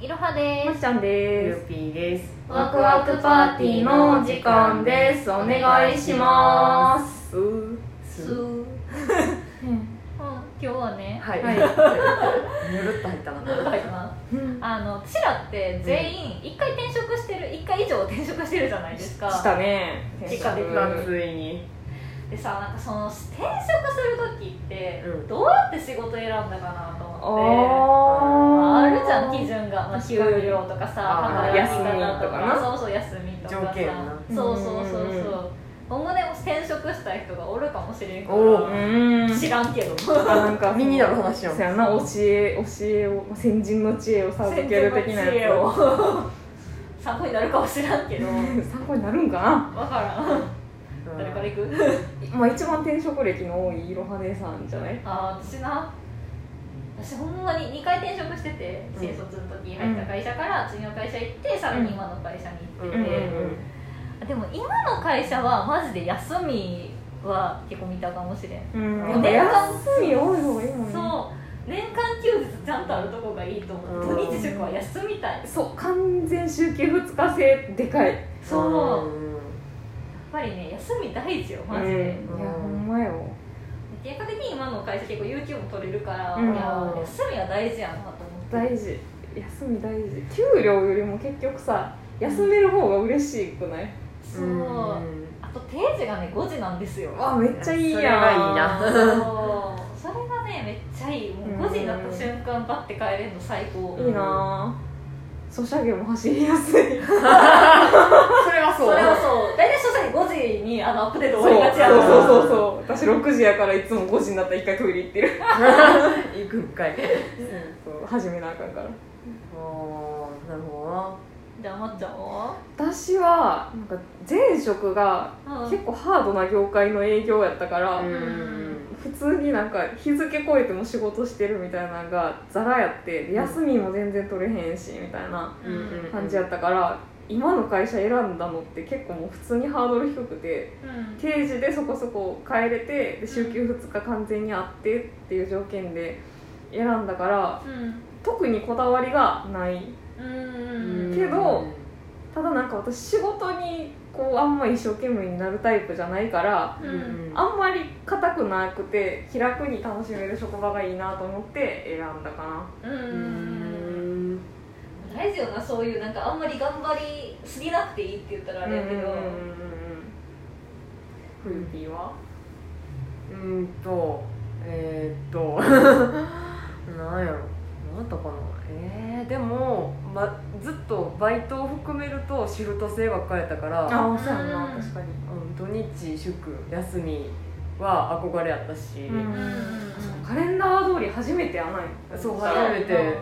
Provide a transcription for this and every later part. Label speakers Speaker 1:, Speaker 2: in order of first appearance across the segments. Speaker 1: いろはで
Speaker 2: まっちゃんで
Speaker 3: ゆ
Speaker 2: す
Speaker 3: うぴーです
Speaker 2: ワクワクパーティーの時間ですお願いします
Speaker 3: うー
Speaker 1: す。
Speaker 3: す
Speaker 1: うん、今日はね、
Speaker 3: はい、
Speaker 2: はい
Speaker 3: ぬるっと入ったな
Speaker 1: 入りますあの私らって全員一回転職してる一回以上転職してるじゃないですか。
Speaker 2: したね
Speaker 1: しか
Speaker 3: 出
Speaker 1: も
Speaker 3: たついに
Speaker 1: でさなんかその転職する時って
Speaker 3: うん
Speaker 1: どうやって仕事選んだかなと思って。あ
Speaker 2: あー
Speaker 1: るじゃん基準が、まあ、給料とかさ
Speaker 3: あー
Speaker 1: 働き方
Speaker 2: 休みとかな
Speaker 1: そうそう休みとかさ
Speaker 3: 条件な
Speaker 1: そうそうそう
Speaker 2: うんうん
Speaker 1: そう今後でも転職した人がおるかもしれんか
Speaker 3: お
Speaker 2: う
Speaker 3: う
Speaker 1: ら
Speaker 2: ーん
Speaker 1: 知らんけど
Speaker 2: なんか
Speaker 3: 身になる話やん
Speaker 2: そやな教え教えを先人の知恵を授ける的な
Speaker 1: 先生
Speaker 2: やつ
Speaker 1: の
Speaker 2: を
Speaker 1: 知恵を 参考になるかもしらんけど分
Speaker 2: 参考になるんかな、
Speaker 1: からん誰から行く
Speaker 2: まあ、一番転職歴の多いいろはねさんじゃない
Speaker 1: あー私な私ほんまに2回転職してて
Speaker 3: うん
Speaker 1: 新卒の時入った会社から次の会社行ってさらに今の会社に行って
Speaker 3: うん
Speaker 1: て、でも今の会社はマジで休みは結構見たかもしれん、
Speaker 2: うん
Speaker 3: うん
Speaker 2: やっぱ休み多い方がいいもんね
Speaker 1: そう年間休日ちゃんとあるとこがいいと思う、
Speaker 3: うん
Speaker 1: 土日職は休みたい
Speaker 2: そう完全週休2日制でかい
Speaker 1: そう、やっ
Speaker 3: ん
Speaker 1: ぱりね休み大事よマジで、
Speaker 2: うんいやほんまよ
Speaker 1: 結果的に今の会社結構有給も取れるから、
Speaker 2: うん
Speaker 1: いや休みは大事やなと思って
Speaker 2: 大事休み大事給料よりも結局さ休める方が嬉しくない、
Speaker 1: そう、
Speaker 3: うん
Speaker 1: あと定時がね5時なんですよ
Speaker 2: あめっちゃいいやん
Speaker 3: それがいいな
Speaker 1: そうそれがねめっちゃいいもう5時になった瞬間バッて帰れるの最高
Speaker 2: いいなぁソシャゲも走りやすい
Speaker 3: それは
Speaker 1: そ
Speaker 3: そう
Speaker 1: れはそう大体そうしたら5時にあのアップデート
Speaker 2: そう
Speaker 1: 終わりがちやか
Speaker 3: ろ
Speaker 1: ら
Speaker 2: そうそうそうそう私6時やからいつも5時になったら一回トイレ行ってる
Speaker 3: 行くんかい
Speaker 2: そう始めなあかんから
Speaker 3: ああなるほ
Speaker 1: じゃあまっちゃんは
Speaker 2: 私はなんか前職が
Speaker 1: うん
Speaker 2: 結構ハードな業界の営業やったから、
Speaker 3: どな
Speaker 1: うん
Speaker 2: 普通になんか日付超えても仕事してるみたいなのがザラやってで休みも全然取れへんしみたいな
Speaker 1: うんうんうん
Speaker 2: 感じやったから今の会社選んだのって結構もう普通にハードル低くて
Speaker 1: うん
Speaker 2: 定時でそこそこ帰れてで週休2日完全にあってっていう条件で選んだから
Speaker 1: うん
Speaker 2: 特にこだわりがない
Speaker 1: うん
Speaker 2: けどただなんか私仕事にこうあんま一生懸命になるタイプじゃないから
Speaker 1: うんうん
Speaker 2: あんまり硬くなくて気楽に楽しめる職場がいいなと思って選んだか
Speaker 1: うん大事よなそういうなんかあんまり頑張りすぎなくていいって言ったら
Speaker 2: な
Speaker 1: あれやけど
Speaker 2: フルーティーは
Speaker 3: うんとえー、っと なんやろなんだったかなえー、でも、ま、ずっとバイトを含めるとシフト制ばっかりやったから
Speaker 2: ああそうやんな
Speaker 1: うん
Speaker 2: 確かに
Speaker 3: うん土日祝休みは憧れやったし、
Speaker 2: うん
Speaker 1: うん
Speaker 2: カレンダー通り初めてやない
Speaker 3: そう
Speaker 1: そう
Speaker 3: 初めて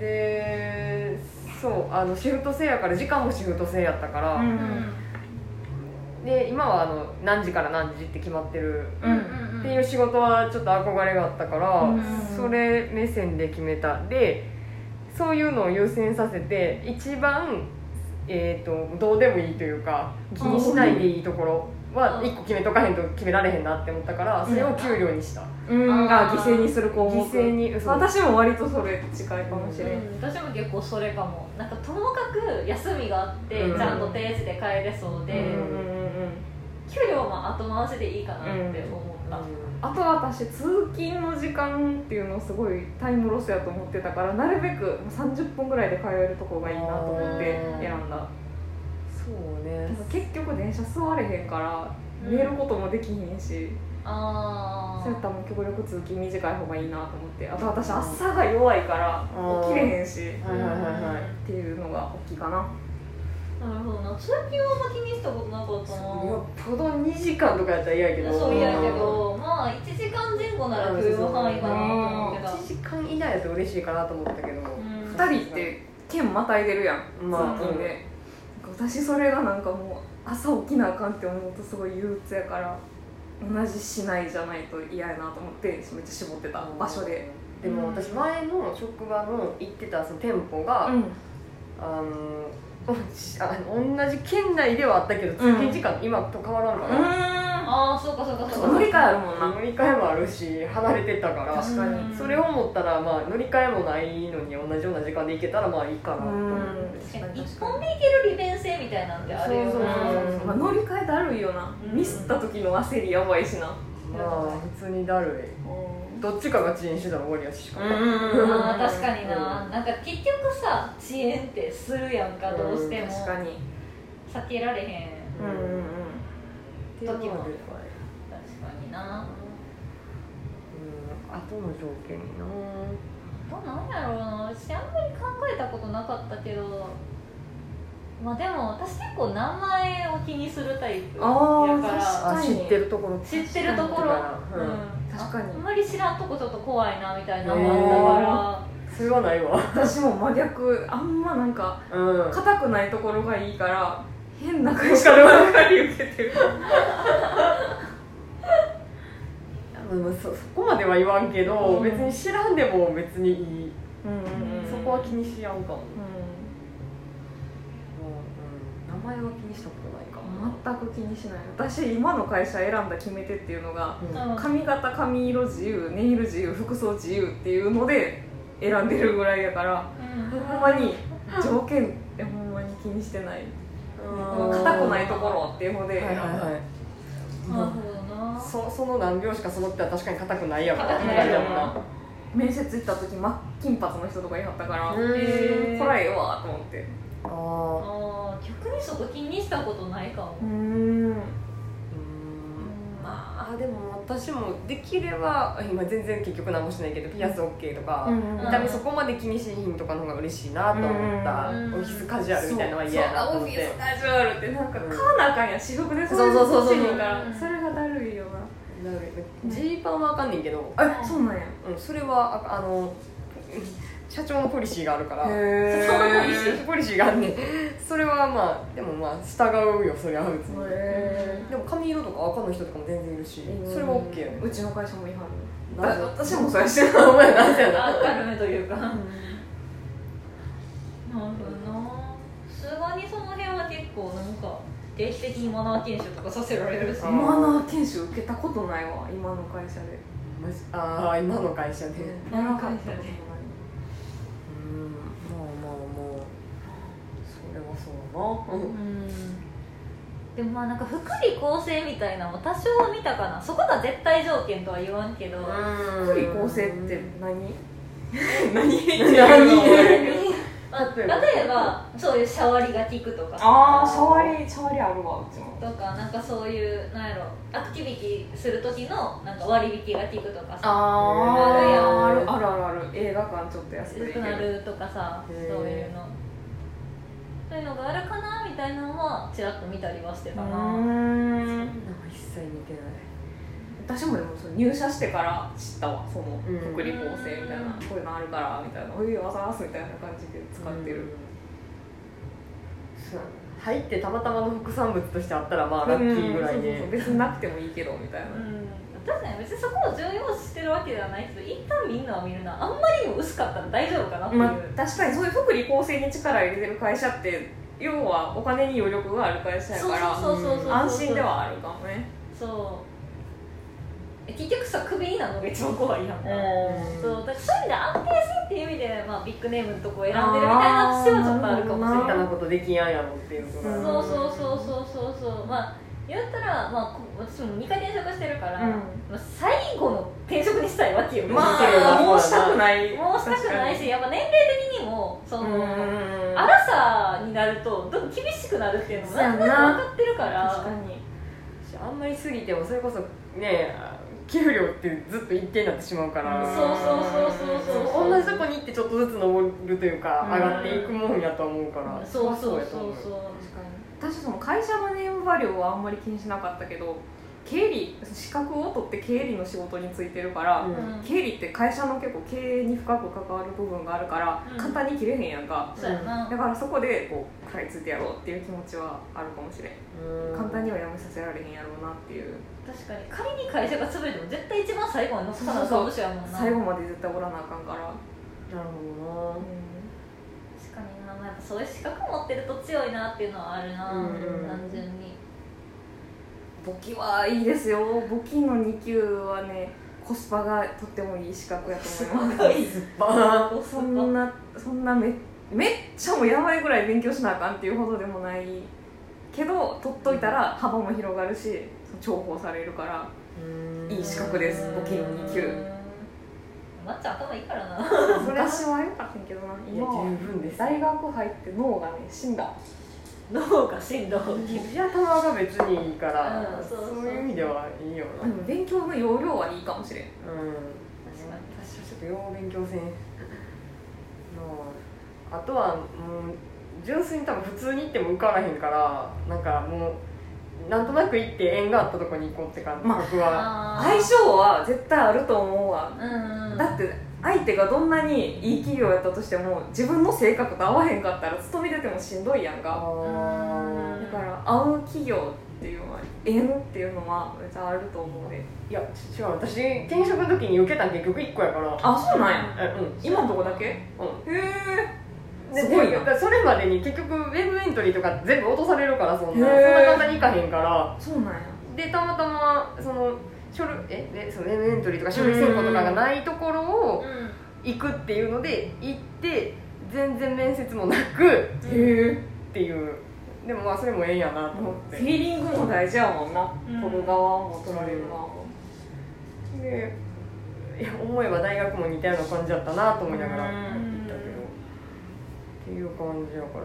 Speaker 3: でそうあのシフト制やから時間もシフト制やったから、
Speaker 2: うん
Speaker 3: で今はあの何時から何時って決まってる
Speaker 2: うん
Speaker 3: っていう仕事はちょっと憧れがあったから、
Speaker 2: うん
Speaker 3: それ目線で決めたでそういうのを優先させて一番、えー、とどうでもいいというか気にしないでいいところは
Speaker 1: うん
Speaker 3: 1個決めとかへんと決められへんなって思ったからそれを給料にした、
Speaker 2: うんが犠牲にする項目
Speaker 3: 犠牲に嘘
Speaker 2: 私も割とそれ近いかもし
Speaker 1: う
Speaker 2: れん
Speaker 1: ん私も結構それかもなんかともかく休みがあって、
Speaker 3: うん
Speaker 1: ちゃんと定時で帰れそうで、
Speaker 3: うん
Speaker 1: 給料も後回しでいいかなって思った、
Speaker 2: あと私通勤の時間っていうのをすごいタイムロスやと思ってたからなるべく30分ぐらいで通えるとこがいいなと思って選んだ
Speaker 3: そうね
Speaker 2: 結局電車座れへんから
Speaker 1: うん
Speaker 2: 寝ることもできひんし、
Speaker 1: ああ
Speaker 2: そうやったらもう極力通勤短い方がいいなと思ってあと私朝が弱いから
Speaker 3: うん
Speaker 2: 起きれへんしっ
Speaker 3: はいはいはいはい
Speaker 2: ていうのが大きいかな
Speaker 1: なるほどな通勤はあんま気にしたことなかった
Speaker 3: よ
Speaker 1: な
Speaker 3: っぽど2時間とかやったら嫌やけど
Speaker 1: そういやけどまあ1時間前後なら許容範囲かなと思ってた
Speaker 3: 1時間以内だと嬉しいかなと思ったけど、
Speaker 1: ん
Speaker 2: 2人って県またいでるやん
Speaker 3: まあ
Speaker 2: 通勤で、なんか私それがなんかもう朝起きなあかんって思うとすごい憂鬱やから同じ市内じゃないと嫌やなと思ってめっちゃ絞ってた場所で
Speaker 3: でも私前の職場の行ってたその店舗が、
Speaker 2: うん
Speaker 3: あの あ同じ県内ではあったけど通勤時間、今と変わらんから、
Speaker 2: あ
Speaker 1: ああそうかそうかそう
Speaker 2: 乗
Speaker 1: か
Speaker 2: り換えあるもんな
Speaker 3: 乗り換えもあるし離れてたから
Speaker 2: 確かに
Speaker 1: うん
Speaker 3: それを思ったら、まあ、乗り換えもないのに同じような時間で行けたらまあいいかなと思っ
Speaker 2: う
Speaker 3: て
Speaker 2: ん
Speaker 1: 確かに一本でいける利便性みたいなんてあるよな
Speaker 3: そうそうそう
Speaker 2: まあ、乗り換えだるいよな、
Speaker 1: うん
Speaker 2: ミスった時の焦りやばいしな
Speaker 3: まあ普通にだるいどっちかが遅延してたら終わりやししかも
Speaker 1: あー確かにな、なんか結局さ遅延ってするやんかどうしても、
Speaker 2: 確かに
Speaker 1: 避けられへん
Speaker 2: うんうんうん
Speaker 3: 時もある
Speaker 1: 時もある確かにな
Speaker 3: うん後の条件にな
Speaker 1: どうなんやろうな私あんまり考えたことなかったけどまあでも私結構名前を気にするタイプや
Speaker 2: あー
Speaker 1: から
Speaker 3: あ知ってるところ
Speaker 1: 知ってるところ、
Speaker 3: うん
Speaker 1: うん
Speaker 2: 確かに
Speaker 1: あんまり知らんとこちょっと怖いなみたいなのもあったから
Speaker 3: それはないわ
Speaker 2: 私も真逆あんまなんか
Speaker 3: うん
Speaker 2: 硬くないところがいいから変な会社のばかり受けてる
Speaker 3: まあそそこまでは言わんけど、
Speaker 2: うん
Speaker 3: 別に知らんでも別にいい、
Speaker 2: うんうんうん
Speaker 3: そこは気にしやんかも、
Speaker 2: う
Speaker 3: うんうん名前は気にしたことないか
Speaker 2: ん全く気にしない私今の会社選んだ決め手っていうのが
Speaker 3: な、
Speaker 1: うん
Speaker 2: 髪型髪色自由ネイル自由服装自由っていうので選んでるぐらいやからほんまに条件ってほんまに気にしてない
Speaker 3: うん
Speaker 2: 硬くないところっていうので
Speaker 3: はいはいはい、
Speaker 1: うんなるほどな
Speaker 3: そその何秒しか揃っては確かに硬くないやろ
Speaker 1: 硬
Speaker 2: くないよ
Speaker 1: な
Speaker 2: 面接行った時真っ金髪の人とかいはったから
Speaker 3: へー
Speaker 2: こらええわと思って
Speaker 3: ああ
Speaker 1: あー逆にそこ気にしたことないかも
Speaker 2: うん
Speaker 1: うん
Speaker 3: まあでも私もできれば今全然結局何もしないけどピアス OK とか、見た目そこまで気にしひんとかの方が嬉しいなと思った、
Speaker 1: うん
Speaker 3: オフィスカジュアルみたいなのは嫌やなと思っ
Speaker 2: そう
Speaker 3: て
Speaker 2: そうオフィスカジュアルってなんか
Speaker 3: うん
Speaker 2: 買わなあかんやん私服で
Speaker 3: そうそうそうそう
Speaker 2: いの欲しいから
Speaker 1: うん
Speaker 2: それがだるいよな
Speaker 3: なるジーパンはあかんねんけど、
Speaker 2: えそうなんや
Speaker 3: うん、それはああの社長のポリシーがあるから
Speaker 2: へー
Speaker 3: そのポリシーポリシーがあんねんそれはまあでもまあ従うよそりゃ別に
Speaker 2: へ
Speaker 3: でも髪色とか赤の人とかも全然いるし、
Speaker 2: ー
Speaker 3: それは OK やね
Speaker 2: うちの会社も違反
Speaker 3: なぜ
Speaker 2: 私もそうやしてる
Speaker 3: お前なん やな
Speaker 1: あ軽めというかなるほどなさすがにその辺は結構なんか定期的にマナー研修とかさせられるし
Speaker 3: あー
Speaker 2: マナー研修受けたことないわ今の会社で
Speaker 3: ああ今の会社でうん
Speaker 1: 今の会社で
Speaker 2: やらかったことない
Speaker 3: まあまあまあそれはそうやな
Speaker 1: うんでもまあなんか福利厚生みたいなのも多少は見たかなそこが絶対条件とは言わんけど
Speaker 2: 福利厚生って何何
Speaker 1: まあ例えばそういうシャワリが効くとか
Speaker 2: ああシャワリシャワリあるわうちも
Speaker 1: とかなんかそういうなんやろアクティビティする時のなんか割引が効くとかさ
Speaker 2: あ
Speaker 1: ー
Speaker 2: あるあるあるある映画館ちょっと安く
Speaker 1: 安
Speaker 2: 行
Speaker 1: く
Speaker 2: け
Speaker 1: な
Speaker 2: る
Speaker 1: るとかさそうい
Speaker 3: へー
Speaker 1: うのそういうのがあるかなみたいなのはちらっと見たりはして
Speaker 2: う
Speaker 1: たな
Speaker 2: ーん
Speaker 3: 一切見てな
Speaker 2: 私もでもその入社してから知ったわその
Speaker 3: うん
Speaker 2: 福利厚生みたいな、こういうのあるからみたいなおいわざわすみたいな感じで使
Speaker 3: い
Speaker 2: ってる、
Speaker 3: そうやな入ってたまたまの副産物としてあったらまあラッキーぐらい
Speaker 2: うんそうそうそう
Speaker 3: で
Speaker 2: 別になくてもいいけどみたいな、
Speaker 1: うん確かに別にそこを重要視してるわけではないけど一旦みんなは見るなあんまりにも薄かったら大丈夫かなっていう、
Speaker 2: まあ、確かにそういう福利厚生に力入れてる会社って要はお金に余力がある会社や
Speaker 1: そう
Speaker 2: から
Speaker 1: そうそうそうそうそう
Speaker 2: 安心ではあるかもね
Speaker 1: そうえ結局さクビになるのが一番怖いやんか、
Speaker 3: うん
Speaker 1: そうだからそういう意味で安定性っていう意味で、まあ、ビッグネームのとこを選んでるみたいな私はちょっとあるかもしれない
Speaker 3: そういったなことできんやんやろっていうぐらい
Speaker 2: ー
Speaker 3: う
Speaker 2: なるほど
Speaker 1: そうそうそうそうそうそうまあ言ったら、まあ、こ私も2回転職してるから、
Speaker 2: うん
Speaker 1: まあ、最後の転職にしたいわけよ、
Speaker 3: ま
Speaker 1: 別に
Speaker 3: あ
Speaker 2: もうしたくない
Speaker 1: もうしたくないしやっぱ年齢的にもそ
Speaker 2: 確か
Speaker 1: の、
Speaker 2: にうん
Speaker 1: アラサーになるとどんどん厳しくなるっていうのもなんとなく分かってるから
Speaker 2: 確かに
Speaker 3: しあんまり過ぎてもそれこそね給料ってずっと一定になってしまうか
Speaker 2: う
Speaker 3: ら
Speaker 2: ん
Speaker 1: そうそうそうそうそう
Speaker 3: 同じとこに行ってちょっとずつ登るというか
Speaker 2: うん
Speaker 3: 上がっていくもんやと思うから
Speaker 1: そうそうそう
Speaker 3: れは
Speaker 1: そう
Speaker 3: や
Speaker 2: 私その会社のネームバリューはあんまり気にしなかったけど経理資格を取って経理の仕事に就いてるから、
Speaker 3: と思う
Speaker 1: うん
Speaker 2: 経理って会社の結構経営に深く関わる部分があるから、
Speaker 1: うん
Speaker 2: 簡単に切れへんやんか
Speaker 1: そうやな、
Speaker 2: だからそこでこう食らいついてやろうっていう気持ちはあるかもしれん、
Speaker 3: うん
Speaker 2: 簡単にはやめさせられへんやろうなっていう
Speaker 1: 確かに仮に会社が潰れても絶対一番最後に残さなあかん年やもんな
Speaker 2: 最後まで絶対おらなあかんから、
Speaker 3: なるほ
Speaker 1: 確かにな、まあ、やっぱそういう資格持ってると強いなっていうのはあるな、
Speaker 3: うんうん
Speaker 1: 単純に
Speaker 2: 簿記はいいですよ簿記の2級はねコスパがとってもいい資格やと思います
Speaker 3: いずっぱ
Speaker 1: おそ
Speaker 2: そ
Speaker 1: っ
Speaker 2: ん
Speaker 1: か
Speaker 2: なそんなめめっちゃもうやばいぐらい勉強しなあかんっていうほどでもないけど取っといたら幅も広がるし重宝されるからいい資格です簿記の二級
Speaker 1: まっちゃん頭いいからな
Speaker 2: 昔は良かったんやけどない
Speaker 3: や
Speaker 2: 今は
Speaker 3: 十分です
Speaker 2: 大学入って脳がね死んだ
Speaker 1: 脳が振動
Speaker 3: いや頭が別にいいから、
Speaker 1: うんそうそう
Speaker 3: そういう意味ではいいよ
Speaker 2: で
Speaker 3: なうん
Speaker 2: も勉強の要領はいいかもしれん
Speaker 1: 確かに
Speaker 3: 私はちょっとよう勉強せんなああとはもう純粋に多分普通に行っても受からへんからなんかもうなんとなく行って縁があったとこに行こうって感
Speaker 2: まあ
Speaker 3: 覚は、
Speaker 2: 相
Speaker 1: 相性
Speaker 2: 性は絶対あると思うわ
Speaker 1: うんうん
Speaker 2: だって相手がどんなにいい企業やったとしても自分の性格と合わへんかったら勤めててもしんどいやんか
Speaker 1: ー
Speaker 2: だから合う企業っていうのは縁っていうのはめっちゃあると思うで
Speaker 3: いや違う私転職の時に受けたん結局1個やから
Speaker 2: あそうなんや
Speaker 3: えうん
Speaker 2: 今のとこだけへ
Speaker 3: う
Speaker 2: え
Speaker 3: んです
Speaker 2: ごいな
Speaker 3: でそれまでに結局ウェブエントリーとか全部落とされるからそんなそんな
Speaker 2: へー
Speaker 3: 簡単にいかへんから
Speaker 2: そうなんや
Speaker 3: でたまたまその書類えでそのエントリーとか書類選考とかがないところを行くっていうので行って全然面接もなく
Speaker 1: う
Speaker 3: っ
Speaker 1: んうん
Speaker 2: へ
Speaker 3: ていうでもまあそれもええんやなと思っ
Speaker 2: え
Speaker 3: て、
Speaker 2: フィーリングも大事やもんな
Speaker 1: うん
Speaker 2: 取る側も取られる側も
Speaker 3: でいや思えば大学も似たような感じだったなと思いながら
Speaker 2: うん
Speaker 3: 行ったけどっていう感じやからもう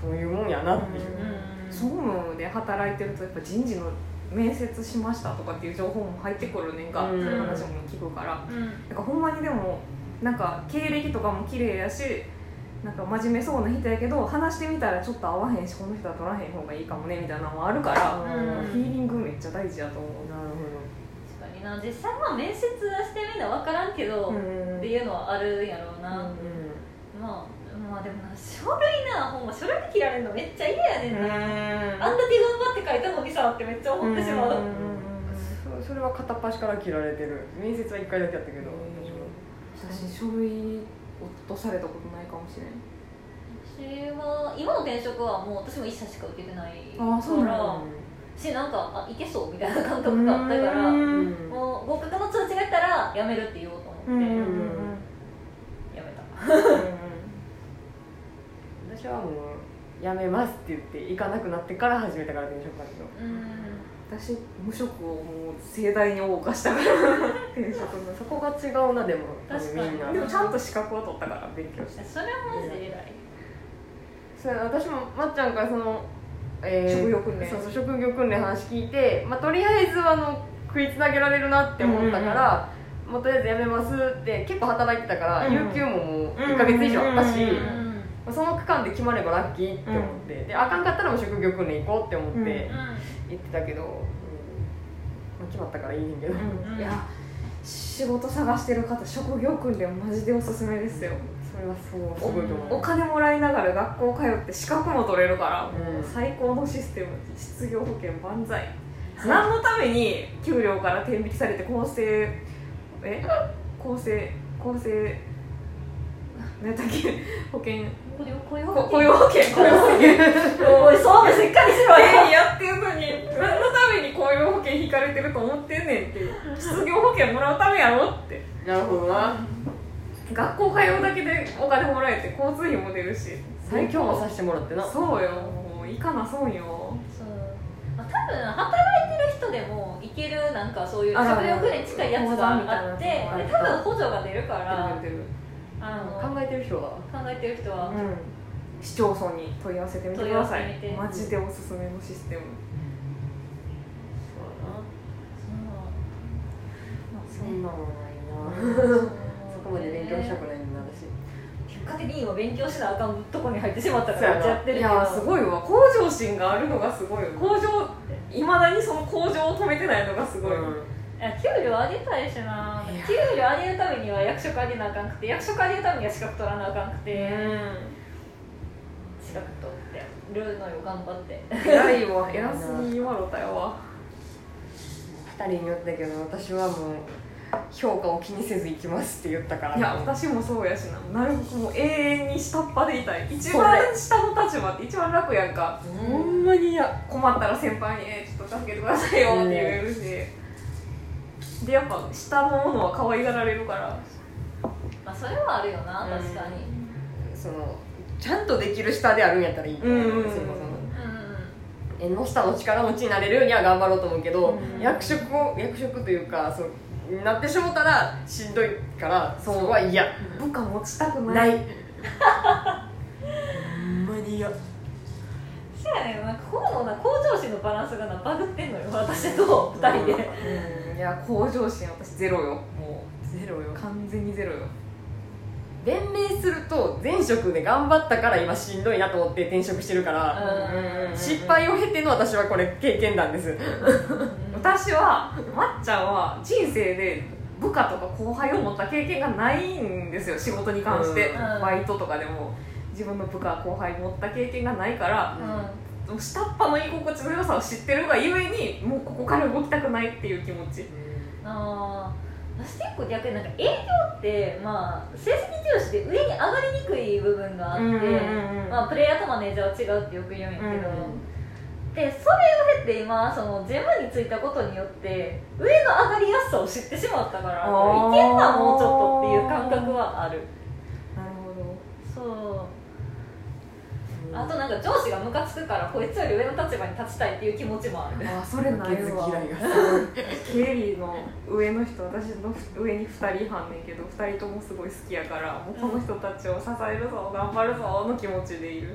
Speaker 3: そういうもんやなっていうう、
Speaker 1: うん
Speaker 2: 総務で働いてるとやっぱ人事の面接しましたとかっていう情報も入ってくるねんか、
Speaker 3: うん
Speaker 2: そういう話も聞くから
Speaker 1: うん
Speaker 2: なんかほんまにでもなんか経歴とかも綺麗やしなんか真面目そうな人やけど話してみたらちょっと合わへんしこの人は取らへん方がいいかもねみたいなのもあるから、
Speaker 3: うん
Speaker 1: うん
Speaker 2: フィーリングめっちゃ大事やと思う
Speaker 3: なる
Speaker 1: 確かにな実際まあ面接してみんな分からんけど、
Speaker 2: うん
Speaker 1: っていうのはあるやろうな、
Speaker 2: うん
Speaker 3: ほど、うん
Speaker 1: まあまあでもな書類なほんま書類で切られるのめっちゃ嫌やねんな、あ
Speaker 2: あ
Speaker 1: んだけ頑張って書いたのにさってめっちゃ思ってしまう、
Speaker 2: うん
Speaker 3: そそれは片っ端から切られてる面接は1回だけやったけど、私
Speaker 2: 私
Speaker 3: も
Speaker 2: 書類落とされたことないかもしれん
Speaker 1: 私は今の転職はもう私も1社しか受けてないから
Speaker 2: あそうなん
Speaker 1: しなんかあいけそうみたいな感覚があったから、
Speaker 2: うん
Speaker 3: うん
Speaker 1: もう合格の通知が来たら辞めるって言おうと思って、
Speaker 2: うんうん
Speaker 1: 辞
Speaker 2: う
Speaker 1: め
Speaker 2: んうん
Speaker 1: た
Speaker 3: 私はもう辞めますって言って行かなくなってから始めたから転職活動
Speaker 1: うん
Speaker 2: 私無職をもう盛大に謳歌した から転職の
Speaker 3: そこが違うなでも
Speaker 1: 確かに
Speaker 3: みんな
Speaker 2: でもちゃんと資格を取ったから勉強して
Speaker 1: それはマジで偉い、
Speaker 3: そう私もまっちゃんからその、えー
Speaker 2: 職業訓練
Speaker 3: そうそう職業訓練の話聞いて、まあ、とりあえずあの食いつなげられるなって思ったから、もうとりあえず辞めますって結構働いてたから、
Speaker 2: うん
Speaker 3: 有給ももう1か月以上あったし、
Speaker 2: うんうん
Speaker 1: うん
Speaker 3: まあその区間で決まればラッキーって思って、であかんかったらもう職業訓練行こうって思って
Speaker 2: うん
Speaker 3: 行ってたけど、うんまあ、決まったからいいねんけど、
Speaker 1: うん
Speaker 2: いや仕事探してる方職業訓練マジでおすすめですよ
Speaker 3: それはそうすごいと思
Speaker 2: お
Speaker 3: う
Speaker 2: 金もらいながら学校通って資格も取れるから、
Speaker 3: うん
Speaker 2: 最高のシステム失業保険万歳何のために給料から転引きされて厚生え厚生厚生何やったっけ保険
Speaker 1: これを雇用保
Speaker 2: こ
Speaker 1: 険
Speaker 2: 雇用保険雇用保険
Speaker 1: おい総務しっかりしろよ
Speaker 2: 定理やってるのに何のために雇用保険引かれてると思ってんねんっていう失業保険もらうためやろって
Speaker 3: なるほどな
Speaker 2: 学校通うだけでお金もらえて交通費も出るし
Speaker 3: 勉強もさせてもらってな
Speaker 2: そうよもういかな損よ
Speaker 1: そう、まあ、多分働いてる人でもいけるなんかそういう
Speaker 2: あら
Speaker 1: 食欲に近いやつがあって
Speaker 2: 講座
Speaker 1: で多
Speaker 3: みたいなの
Speaker 1: 分補助が出るから
Speaker 2: 出る出る
Speaker 1: あの
Speaker 3: 考えてる人だ
Speaker 1: 考えてる人は、
Speaker 2: うん市町村に問い合わせてみてくださ
Speaker 1: 問い合
Speaker 2: い
Speaker 1: わせてみて
Speaker 2: マジでおすすめのシステム
Speaker 3: そんなもんないな
Speaker 1: そう
Speaker 3: そこまで勉強したくないんだ私
Speaker 1: 結果的に今勉強しなあかんとこに入ってしまったか
Speaker 3: そう
Speaker 1: ら
Speaker 3: や
Speaker 1: やっ
Speaker 3: な
Speaker 1: ちゃってる
Speaker 2: い
Speaker 1: けど
Speaker 2: やーすごいわ向上心があるのがすごいわ向上いまだにその向上を止めてないのがすごいわ、
Speaker 1: いや給料上げたいしない
Speaker 3: や
Speaker 1: 給料上げるためには役職上げなあかんくて役職上げるためには資格取らなあかんくて資格取ってるのよ頑張って
Speaker 2: 偉いわ偉すぎ言わろたよわ
Speaker 3: 2人によったけど私はもう評価を気にせず行きますって言ったから
Speaker 2: いや私もそうやしななるほどもう永遠に下っ端でいたい一番下の立場って一番楽やんか
Speaker 3: ほんまに嫌
Speaker 2: 困ったら先輩に「えちょっと助けてくださいよ」って言えるし、でやっぱ下のものは可愛がられるから
Speaker 1: まあそれはあるよな
Speaker 3: うん
Speaker 1: 確かに
Speaker 3: そのちゃんとできる下であるんやったらいいけど
Speaker 2: うんうんうん
Speaker 3: そもそも
Speaker 1: うんうん
Speaker 3: 縁の下の力持ちになれるようには頑張ろうと思うけど、
Speaker 2: うん
Speaker 3: 役職を役職というかそうになってしもたらしんどいからそこは嫌
Speaker 2: 部下持ちたく
Speaker 3: な
Speaker 2: ないい
Speaker 3: ほんまに嫌
Speaker 1: そうやねんなんかこうのな向上心のバランスがなバグってんのよ私と2人で、
Speaker 3: うん
Speaker 2: いや向上心私ゼロよも
Speaker 3: ゼロよ
Speaker 2: う完全にゼロよ
Speaker 3: 弁明すると前職で頑張ったから今しんどいなと思って転職してるから、
Speaker 1: うん
Speaker 3: 失敗を経ての私はこれ経験談です、
Speaker 2: 私はまっちゃんは人生で部下とか後輩を持った経験がないんですよ仕事に関して、
Speaker 3: うん
Speaker 2: バイトとかでも自分の部下後輩持った経験がないから
Speaker 1: う
Speaker 2: 下っ端の居心地の良さを知ってるがゆえにもうここから動きたくないっていう気持ち
Speaker 1: ん、あー私結構逆になんか営業って、まあ、成績重視で上に上がりにくい部分があって、まあ、プレイヤーとマネージャーは違うってよく言うんやけど、
Speaker 2: うん
Speaker 1: でそれを経て今そのジェムについたことによって上の上がりやすさを知ってしまったから
Speaker 2: あ
Speaker 1: い
Speaker 2: ー
Speaker 1: けんなもうちょっとっていう感覚はある
Speaker 2: なるほど
Speaker 1: そうあとなんか上司がムカつくからこいつより上の立場に立ちたいっていう気持ちもある
Speaker 2: あそれないわ
Speaker 3: 負けず嫌いが
Speaker 2: ケリーの上の人私の上に2人はんねんけど2人ともすごい好きやからもうこの人たちを支えるぞ頑張るぞの気持ちでいる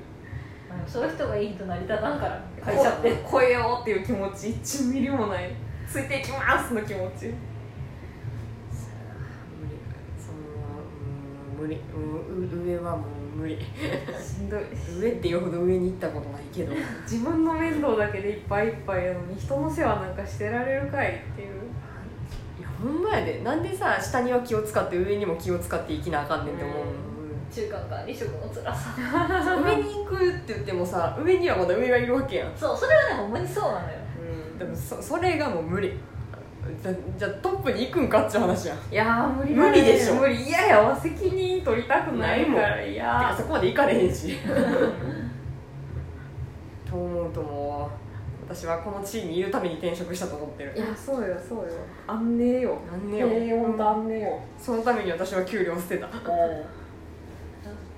Speaker 1: そういう人がいいと成り立たんから会社って
Speaker 2: こ超えようっていう気持ち1ミリもないついていきますの気持ち
Speaker 3: 無理そのうん無理うんう上はもう無理
Speaker 2: しんどい
Speaker 3: 上ってよほど上に行ったことないけ ど
Speaker 2: 自分の面倒だけでいっぱいいっぱいやのに人の世話なんかしてられるかいっていう
Speaker 3: いやほんまやでなんでさ下には気を使って上にも気を使って生きなあかんねんって思うの、
Speaker 1: 中間管理職の辛さ
Speaker 3: 上に行くって言ってもさ上にはまだ上がいるわけやん、
Speaker 1: そうそれはねほんまにそうなのよ
Speaker 3: でもそそれがもう無理じゃじゃあトップに行くんかっていう話やん
Speaker 2: いやー無理
Speaker 3: 無理でしょ
Speaker 2: 無理嫌やわ責任取りたくないからい
Speaker 3: てか
Speaker 2: や
Speaker 3: そこまで行かれへ んしと思うともう私はこの地位にいるために転職したと思ってる
Speaker 2: いやそうよそうよ安寧よ
Speaker 3: なんね
Speaker 2: 平
Speaker 3: よ
Speaker 2: 穏と安寧よ
Speaker 3: そのために私は給料を捨てた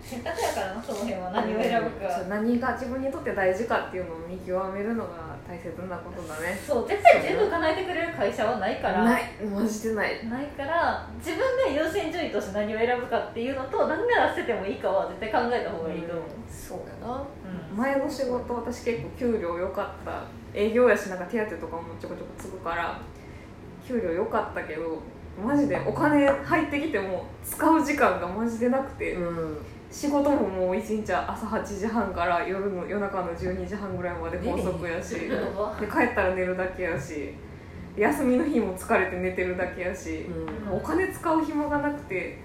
Speaker 1: 選択やからなその辺は何を選ぶか、
Speaker 2: そう何が自分にとって大事かっていうのを見極めるのが大切なことだね
Speaker 1: そう絶対全部叶えてくれる会社はないから
Speaker 2: ないマジでない
Speaker 1: ないから自分が優先順位として何を選ぶかっていうのと何なら捨ててもいいかは絶対考えた方がいいと思う、
Speaker 3: そうやな
Speaker 1: うん
Speaker 2: 前の仕事私結構給料良かった営業やしなんか手当とかもちょこちょこつくから給料良かったけどマジでお金入ってきても使う時間がマジでなくて、
Speaker 3: うん
Speaker 2: 仕事ももう一日朝8時半から夜の夜中の12時半ぐらいまで高速やし、
Speaker 1: やば
Speaker 2: で帰ったら寝るだけやし休みの日も疲れて寝てるだけやし、お金使う暇がなくて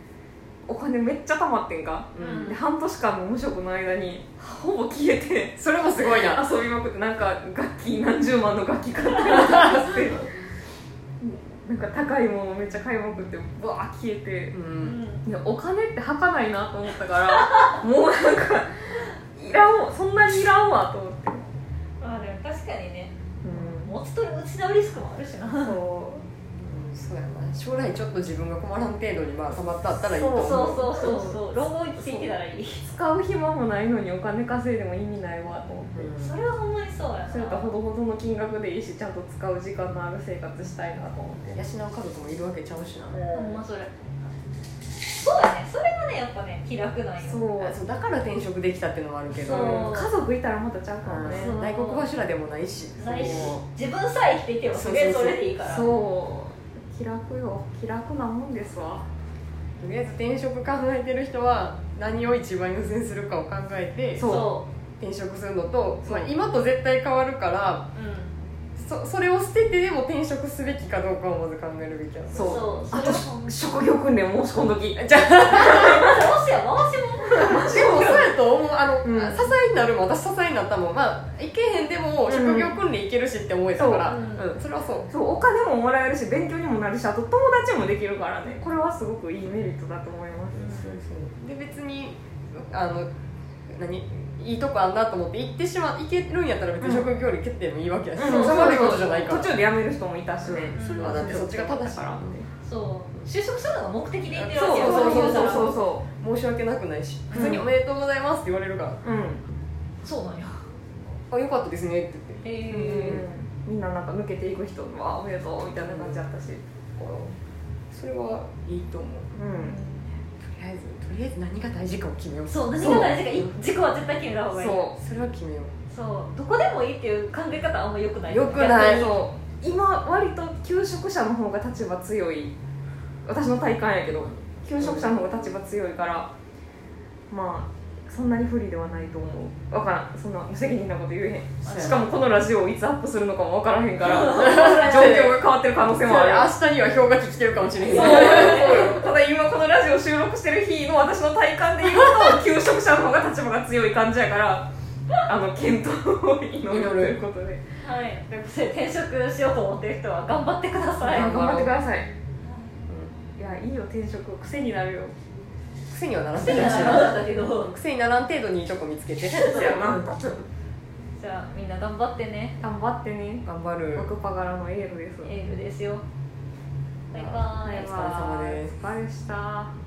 Speaker 2: お金めっちゃ貯まってんか
Speaker 3: うん
Speaker 2: で半年間の無職の間にほぼ消えて
Speaker 3: それもすごい な
Speaker 2: 遊びまくってなんか楽器何十万の楽器買ったりとかしてなんか高いものめっちゃ買いまくってバー消えて
Speaker 3: う
Speaker 1: うんん
Speaker 2: いやお金ってはかないなと思ったからもうなんかいらんわそんなにいらんわと思って、
Speaker 1: まあでも確かにね
Speaker 2: う
Speaker 1: 持ち取り失うリスクもあるしな
Speaker 2: そ
Speaker 3: うんそうやな将来ちょっと自分が困らん程度にまあたまってあったらいいと
Speaker 1: そう
Speaker 3: 思う
Speaker 1: そうそうそうそう老後生きていけたらいいう
Speaker 2: 使う暇もないのにお金稼いでも意味ないわと思って、
Speaker 3: うん
Speaker 1: それはほんまにそうやな
Speaker 2: それとほどほどの金額でいいしちゃんと使う時間のある生活したいなと思って
Speaker 3: 養う家族もいるわけちゃうしな、
Speaker 1: ほんまそれそうやねそれがねやっぱね気楽なんよ
Speaker 2: そう
Speaker 3: そうだから転職できたっていうのもあるけど、
Speaker 1: そう
Speaker 2: 家族いたらまたちゃうかもね
Speaker 1: そう
Speaker 3: 大黒柱でもないし
Speaker 1: ないし
Speaker 3: そ
Speaker 1: 自分さえ生きていけばそれそれでいいから
Speaker 2: そう気楽よ気楽なもんですわ
Speaker 3: うとりあえず転職考えてる人は何を一番優先するかを考えて
Speaker 2: そう
Speaker 3: 転職するのと、
Speaker 2: そう
Speaker 3: まあ、今と絶対変わるから
Speaker 1: ううん
Speaker 3: そそれを捨ててでも転職すべきかどうかをまず考えるべきやな
Speaker 2: そ
Speaker 1: そ
Speaker 2: う
Speaker 1: うそ
Speaker 2: あ
Speaker 1: れ
Speaker 2: と
Speaker 1: はほんまに
Speaker 2: 職業訓練申し込んどき
Speaker 3: じゃ
Speaker 1: 回
Speaker 3: あ
Speaker 1: しや回しも
Speaker 3: でもそうやと思うあの
Speaker 2: うん
Speaker 3: 支えになるもん私支えになったもんまあいけへんでも職業訓練いけるしって思えたから、
Speaker 1: うんそう
Speaker 3: うんそれはそう
Speaker 2: そうお金ももらえるし勉強にもなるしあと友達もできるからねこれはすごくいいメリットだと思います
Speaker 3: で別にあの何いいとこあんなと思って行ってしま行けるんやったら別に職業に決定もいいわけやし、
Speaker 2: うん
Speaker 3: そんな悪いことじゃないから
Speaker 2: 途中で辞める人もいたしね、
Speaker 1: うん
Speaker 3: それはだってそっちが正しいからね
Speaker 1: そう就職するのが目的で言ってる
Speaker 2: そ
Speaker 1: わ
Speaker 2: う
Speaker 1: け
Speaker 2: そう
Speaker 1: よ
Speaker 2: そうそう
Speaker 1: 言たら
Speaker 2: そうそ
Speaker 3: 申し訳なくないし
Speaker 2: うん
Speaker 3: 普通に「おめでとうございます」って言われるから
Speaker 2: ううん、
Speaker 1: そうなんや
Speaker 3: 「あよかったですね」って言って
Speaker 1: へ
Speaker 2: う
Speaker 1: え
Speaker 2: んみんななんか抜けていく人はおめでとうみたいな感じだったし
Speaker 3: だからそれはいいと思う
Speaker 2: うん
Speaker 3: とりあえずとりあえず何が大事かを決めよう
Speaker 1: そう何が大事かい自己は絶対決めた方がいい
Speaker 2: そ
Speaker 3: それは決めよう
Speaker 1: そうどこでもいいっていう考え方はあんま良くない
Speaker 3: 良くない
Speaker 1: 逆に
Speaker 2: そう今割と求職者の方が立場強い私の体感やけど求職者の方が立場強いからまあそんなに不利ではないと思うわからんそんな無責任なこと言え
Speaker 3: そ
Speaker 2: へん
Speaker 3: うやな
Speaker 2: しかもこのラジオをいつアップするのかもわからへんから
Speaker 3: 状
Speaker 2: 状況
Speaker 3: 況
Speaker 2: が変わってる可能性
Speaker 3: で
Speaker 2: も
Speaker 3: も
Speaker 2: ある
Speaker 3: 明日には氷河期来てるかもしれへん
Speaker 2: そうただ今このラジオ収録してる日の私の体感で言うと求職者の方が立場が強い感じやからあの検討を祈るということで
Speaker 1: はいということで転職しようと思ってる人は頑張ってください
Speaker 2: 頑張ってください
Speaker 3: うん
Speaker 2: いやいいよ転職癖になるよ
Speaker 3: 癖にはならん
Speaker 1: 癖にはならなかったけど
Speaker 3: 癖にならん程度にいいとこ見つけて
Speaker 2: そうやな
Speaker 1: じゃあみんな頑張ってね
Speaker 2: 頑張ってね
Speaker 3: 頑張る
Speaker 2: マクパガラのエールです
Speaker 1: エールですよバイバ
Speaker 2: バ
Speaker 1: ーイ
Speaker 2: イ
Speaker 3: お疲れ様
Speaker 2: バイ
Speaker 3: です
Speaker 2: お疲れでした